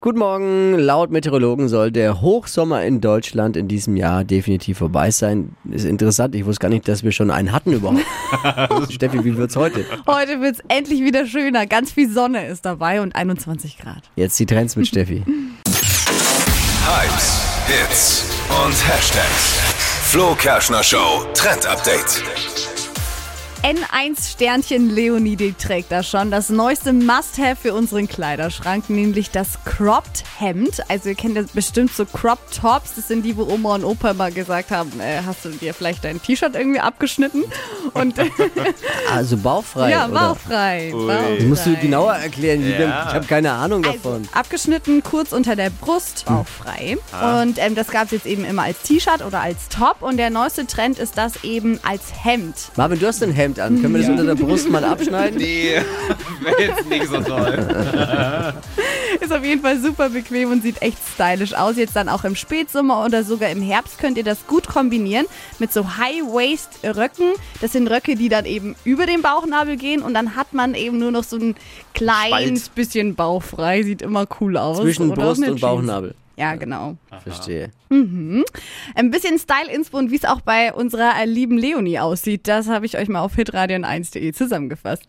Guten Morgen. Laut Meteorologen soll der Hochsommer in Deutschland in diesem Jahr definitiv vorbei sein. Ist interessant. Ich wusste gar nicht, dass wir schon einen hatten überhaupt. Steffi, wie wird's heute? Heute wird's endlich wieder schöner. Ganz viel Sonne ist dabei und 21 Grad. Jetzt die Trends mit Steffi. Hypes, Hits und Hashtags. Flo Kerschner Show Trend Update. N1 Sternchen Leonidi trägt das schon. Das neueste Must-Have für unseren Kleiderschrank, nämlich das Cropped Hemd. Also ihr kennt das bestimmt so Cropped Tops. Das sind die, wo Oma und Opa mal gesagt haben, äh, hast du dir vielleicht dein T-Shirt irgendwie abgeschnitten? Und Also bauchfrei. ja, oder? bauchfrei. bauchfrei. Musst du genau genauer erklären. wie wir- Ich habe keine Ahnung Also, davon. Hm. abgeschnitten, kurz unter der Brust, bauchfrei. Ah. Und ähm, das gab es jetzt eben immer als T-Shirt oder als Top. Und der neueste Trend ist das eben als Hemd. Marvin, du hast ein Hemd an. Können wir das unter der Brust mal abschneiden? Nee, wäre jetzt nicht so toll. Ist auf jeden Fall super bequem und sieht echt stylisch aus. Jetzt dann auch im Spätsommer oder sogar im Herbst könnt ihr das gut kombinieren mit so High-Waist-Röcken. Das sind Röcke, die dann eben über den Bauchnabel gehen und dann hat man eben nur noch so ein kleines Spalt. bisschen bauchfrei. Sieht immer cool aus. Zwischen Oder Brust eine und Jeans. Bauchnabel. Ja, genau. Verstehe. Ein bisschen Style-Inspo äh, und wie es auch bei unserer lieben Leonie aussieht, das habe ich euch mal auf hitradion1.de zusammengefasst.